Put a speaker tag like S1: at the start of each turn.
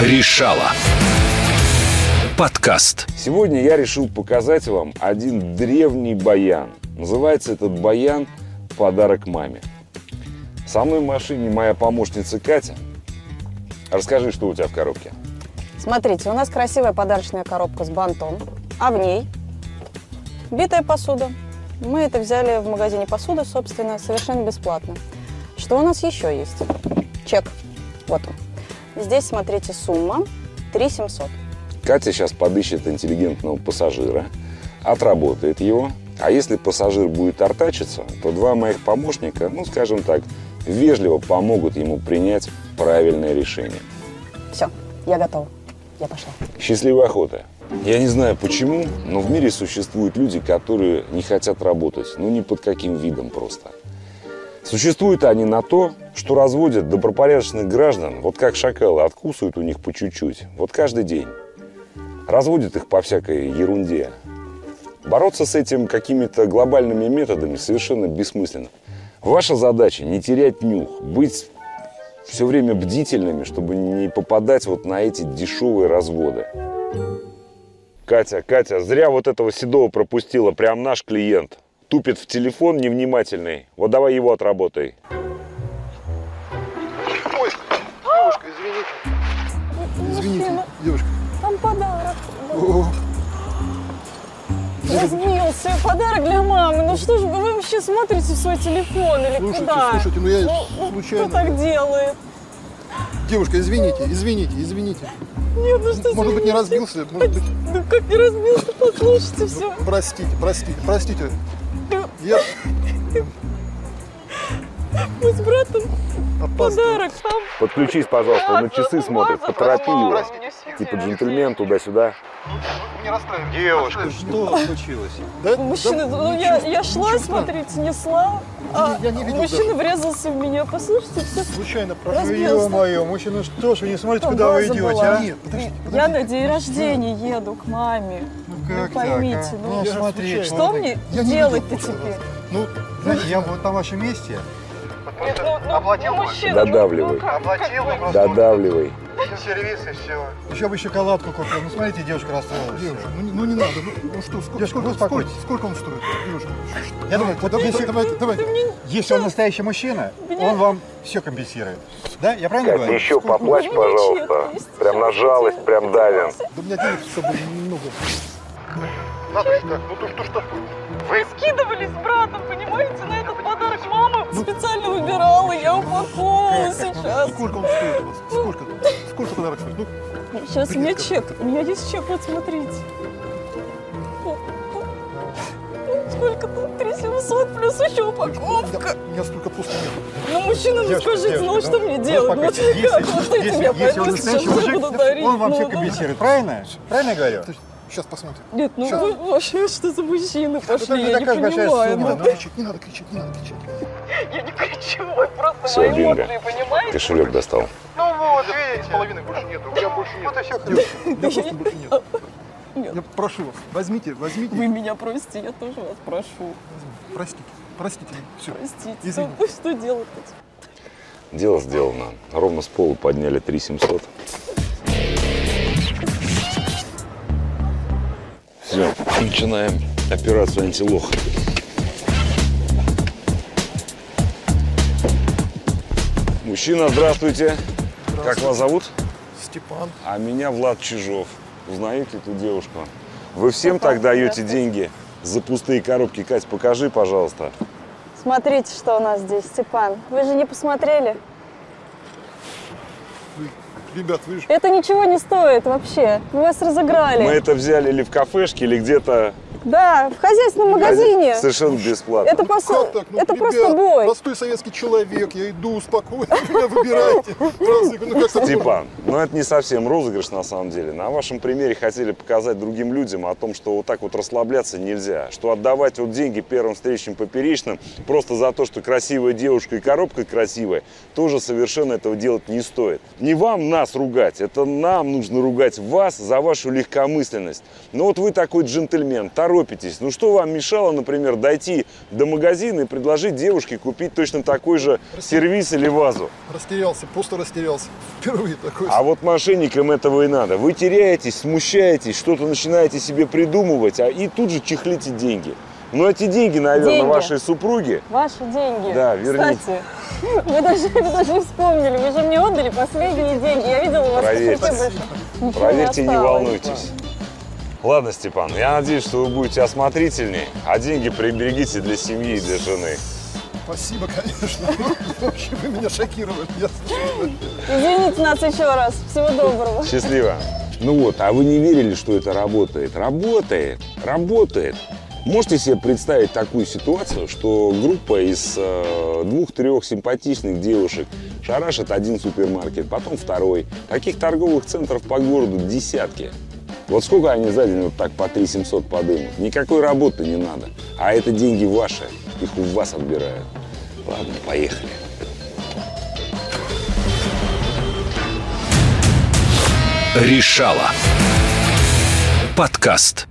S1: решала. Подкаст.
S2: Сегодня я решил показать вам один древний баян. Называется этот баян «Подарок маме». Со мной в машине моя помощница Катя. Расскажи, что у тебя в коробке.
S3: Смотрите, у нас красивая подарочная коробка с бантом, а в ней битая посуда. Мы это взяли в магазине посуды, собственно, совершенно бесплатно. Что у нас еще есть? Чек. Вот он. Здесь, смотрите, сумма 3700.
S2: Катя сейчас подыщет интеллигентного пассажира, отработает его. А если пассажир будет артачиться, то два моих помощника, ну, скажем так, вежливо помогут ему принять правильное решение.
S3: Все, я готова. Я пошла.
S2: Счастливой охоты. Я не знаю почему, но в мире существуют люди, которые не хотят работать. Ну, ни под каким видом просто. Существуют они на то, что разводят добропорядочных граждан, вот как шакалы, откусывают у них по чуть-чуть, вот каждый день. Разводят их по всякой ерунде. Бороться с этим какими-то глобальными методами совершенно бессмысленно. Ваша задача не терять нюх, быть все время бдительными, чтобы не попадать вот на эти дешевые разводы. Катя, Катя, зря вот этого седого пропустила, прям наш клиент. Тупит в телефон невнимательный. Вот давай его отработай.
S4: Ой, девушка, извините.
S3: Мужчина,
S4: Девушка.
S3: ну, там подарок. Разбился подарок для мамы. Ну что же вы вообще смотрите в свой телефон или
S4: Слушайте, куда? слушайте, ну я Ну, ну, случайно. кто так
S3: делает?
S4: Девушка, извините, извините, извините.
S3: Нет, ну что
S4: Может быть, не разбился? Может быть,
S3: Ну как не разбился, послушайте все.
S4: простите, простите, простите. Я
S3: Мы с братом
S4: опаздываю.
S3: там.
S2: Подключись, пожалуйста, на часы смотрит, поторопи его. Типа джентльмен туда-сюда.
S4: Не расстраивайтесь.
S5: Девушка,
S4: не
S5: что случилось?
S4: Да,
S3: Мужчина,
S4: да,
S3: ну
S4: ничего,
S3: я, я шла,
S4: ничего страшного.
S3: смотрите, несла. А
S4: Я не видел
S3: мужчина
S4: даже.
S3: врезался в меня. Послушайте, все.
S4: Случайно прошу,
S3: Разбился.
S4: ё-моё, мужчина, что ж вы не смотрите, куда вы идете, а? Нет, подождите,
S3: Я
S4: подождите.
S3: на день рождения еду к маме.
S4: Ну как так, а?
S3: поймите, ну,
S4: Ну,
S3: я же
S4: смотрите.
S3: случайно. Что мне
S4: Я не
S3: делать-то
S4: видел,
S3: теперь?
S4: Ну, знаете, я вот на вашем месте,
S3: Нет, ну, ну,
S5: Оплатил
S3: ну,
S5: бы.
S3: мужчина, ну,
S2: Додавливай.
S3: ну как, как
S5: Оплатил бы
S3: вы?
S5: просто.
S2: Додавливай.
S5: Сервис и все.
S4: еще бы шоколадку купил. Ну, смотрите, девушка расстроилась.
S6: Девушка, ну, не- ну не надо. Ну, ну что, сколько,
S4: Девушка,
S6: сколько, сколько,
S4: успокойтесь.
S6: сколько он стоит? Девушка,
S4: Я думаю, вот если,
S6: давайте, давайте.
S4: если он настоящий мужчина, он вам все компенсирует. Да, я правильно
S2: Катя,
S4: говорю?
S2: еще поплачь,
S3: Ну,
S2: пожалуйста.
S3: ничего,
S2: Прям на
S3: ничего.
S2: жалость, прям давим.
S6: Да у меня денег с собой немного.
S5: Надо же так, ну то что ж такое?
S3: Вы скидывались с братом, понимаете, на этот подарок мама
S4: Ну.
S3: специально выбирала, я
S4: Э,
S3: упаковывала сейчас.
S6: Сколько он стоит у вас? Сколько? Сколько подарок стоит? Ну,
S3: Сейчас у меня чек, у меня есть чек, вот смотрите. О, о, Сколько тут? 3700 плюс еще упаковка.
S6: ну, у меня столько пусто нет.
S3: Ну, мужчина, ну
S4: Девушка,
S3: скажите, ну а
S4: девушка,
S3: что мне делать? Ну, вот
S4: успокойтесь.
S3: как, вот
S4: Если,
S3: смотрите,
S4: если, если
S3: я
S4: он
S3: пойду сейчас
S4: настоящий
S3: уже буду дарить.
S4: мужик, он вам
S3: ну,
S4: все
S3: ну.
S4: компенсирует, правильно? Правильно я говорю?
S6: Сейчас посмотрим.
S3: Нет, ну
S6: Сейчас.
S3: вы вообще что за мужчины
S4: Это
S3: пошли,
S4: не
S3: я не
S4: такая же большая
S3: понимаю.
S4: сумма,
S3: ну.
S4: да.
S6: Не надо кричать, не надо кричать, не надо кричать.
S3: Я не кричу, ой, просто
S2: Всё,
S3: мои
S2: бинго.
S3: эмоции, понимаете?
S2: Кошелек достал.
S5: Ну вот, видите.
S6: Половины больше нету, у меня больше нет.
S5: Вот и все.
S6: У меня просто больше нет. Я прошу вас, возьмите, возьмите.
S3: Вы меня просите, я тоже вас прошу.
S6: Простите, простите. Все.
S3: Простите,
S6: Извините.
S3: ну что делать-то?
S2: Дело сделано. Ровно с пола подняли 3700. Все, начинаем операцию «Антилох». Мужчина, здравствуйте. Как вас зовут?
S6: Степан.
S2: А меня Влад Чижов. Узнаете эту девушку? Вы всем так даете деньги за пустые коробки? Кать, покажи, пожалуйста.
S3: Смотрите, что у нас здесь, Степан. Вы же не посмотрели?
S6: Вы, ребят, вы же
S3: Это ничего не стоит вообще. Мы вас разыграли.
S2: Мы это взяли или в кафешке, или где-то
S3: Да, в хозяйственном магазине.
S2: Совершенно бесплатно.
S3: Это, пос-
S6: Как так? Ну,
S3: это
S6: ребят,
S3: просто бой.
S6: Простой советский человек, я иду успокойно, меня выбирайте. Просто, ну, как так
S2: Степан, ну это не совсем розыгрыш на самом деле. На вашем примере хотели показать другим людям о том, что вот так вот расслабляться нельзя. Что отдавать вот деньги первым встречным поперечным просто за то, что красивая девушка и коробка красивая, тоже совершенно этого делать не стоит. Не вам нас ругать, это нам нужно ругать вас за вашу легкомысленность. Но вот вы такой джентльмен, торгуете торопитесь. Ну что вам мешало, например, дойти до магазина и предложить девушке купить точно такой же сервис или вазу?
S6: Растерялся, просто растерялся. Впервые такой.
S2: А вот мошенникам этого и надо. Вы теряетесь, смущаетесь, что-то начинаете себе придумывать, а и тут же чехлите деньги. Но эти деньги, наверное,
S3: Деньги.
S2: вашей супруге.
S3: Ваши деньги.
S2: Да, верните.
S3: Кстати, вы даже, вы даже вспомнили, вы же мне отдали последние деньги. Я видела у вас
S2: Проверьте.
S3: кошельке больше. Ничего
S2: Проверьте, не
S3: осталось.
S2: волнуйтесь. Ладно, Степан, я надеюсь, что вы будете осмотрительнее, а деньги приберегите для семьи и для жены.
S6: Спасибо, конечно. Вообще вы меня шокировали. Я совершенно-
S3: Извините нас еще раз. Всего доброго.
S2: Счастливо. Ну вот, а вы не верили, что это работает? Работает, работает. Можете себе представить такую ситуацию, что группа из э, двух-трех симпатичных девушек шарашит один супермаркет, потом второй. Таких торговых центров по городу десятки. Вот сколько они за день вот так по 3 700 подымут? Никакой работы не надо. А это деньги ваши, их у вас отбирают. Ладно, поехали.
S1: решала. Подкаст.